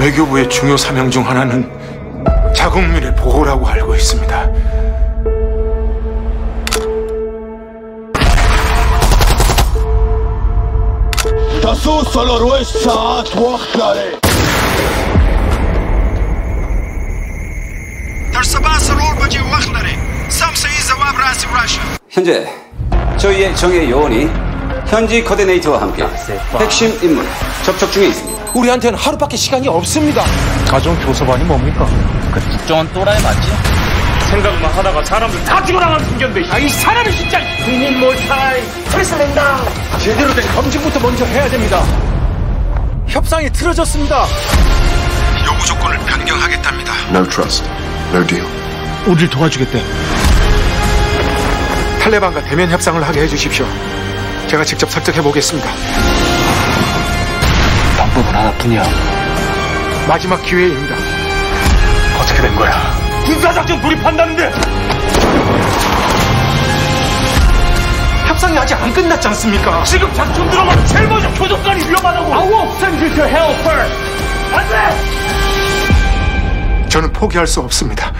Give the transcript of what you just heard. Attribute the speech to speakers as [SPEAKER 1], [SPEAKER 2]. [SPEAKER 1] 외교부의 중요 사명 중 하나는 자국민의 보호라고 알고 있습니다.
[SPEAKER 2] تسوس الأرويش ساعات وقت عليه
[SPEAKER 3] تر سبا سرور بجې وخت لري سم صحیح ځواب راسي راشه
[SPEAKER 4] 현재 저희의 정예 요원이 현지 코디네이터와 함께 핵심 인물 접촉 중에 있습니다.
[SPEAKER 5] 우리한테는 하루밖에 시간이 없습니다.
[SPEAKER 6] 생각만 하다가 사람들 다 죽어나간 풍경들 아이 사람이 진짜 국민 모사이 철사된다
[SPEAKER 5] 제대로 된 검증부터 먼저 해야 됩니다. 협상이 틀어졌습니다.
[SPEAKER 1] 요구 조건을 변경하겠답니다.
[SPEAKER 5] 우리를 도와주겠대.
[SPEAKER 1] 탈레반과 대면 협상을 하게 해주십시오. 제가 직접 설득해 보겠습니다. 방법은 하나뿐이야. 마지막 기회입니다.
[SPEAKER 6] 군사작전 돌입한다는데
[SPEAKER 5] 협상이 아직 안 끝났지 않습니까?
[SPEAKER 6] 지금 작전 들어가면 제일 먼저 교도관이 위험하다고 I won't send you to hell first 안돼
[SPEAKER 1] 저는 포기할 수 없습니다.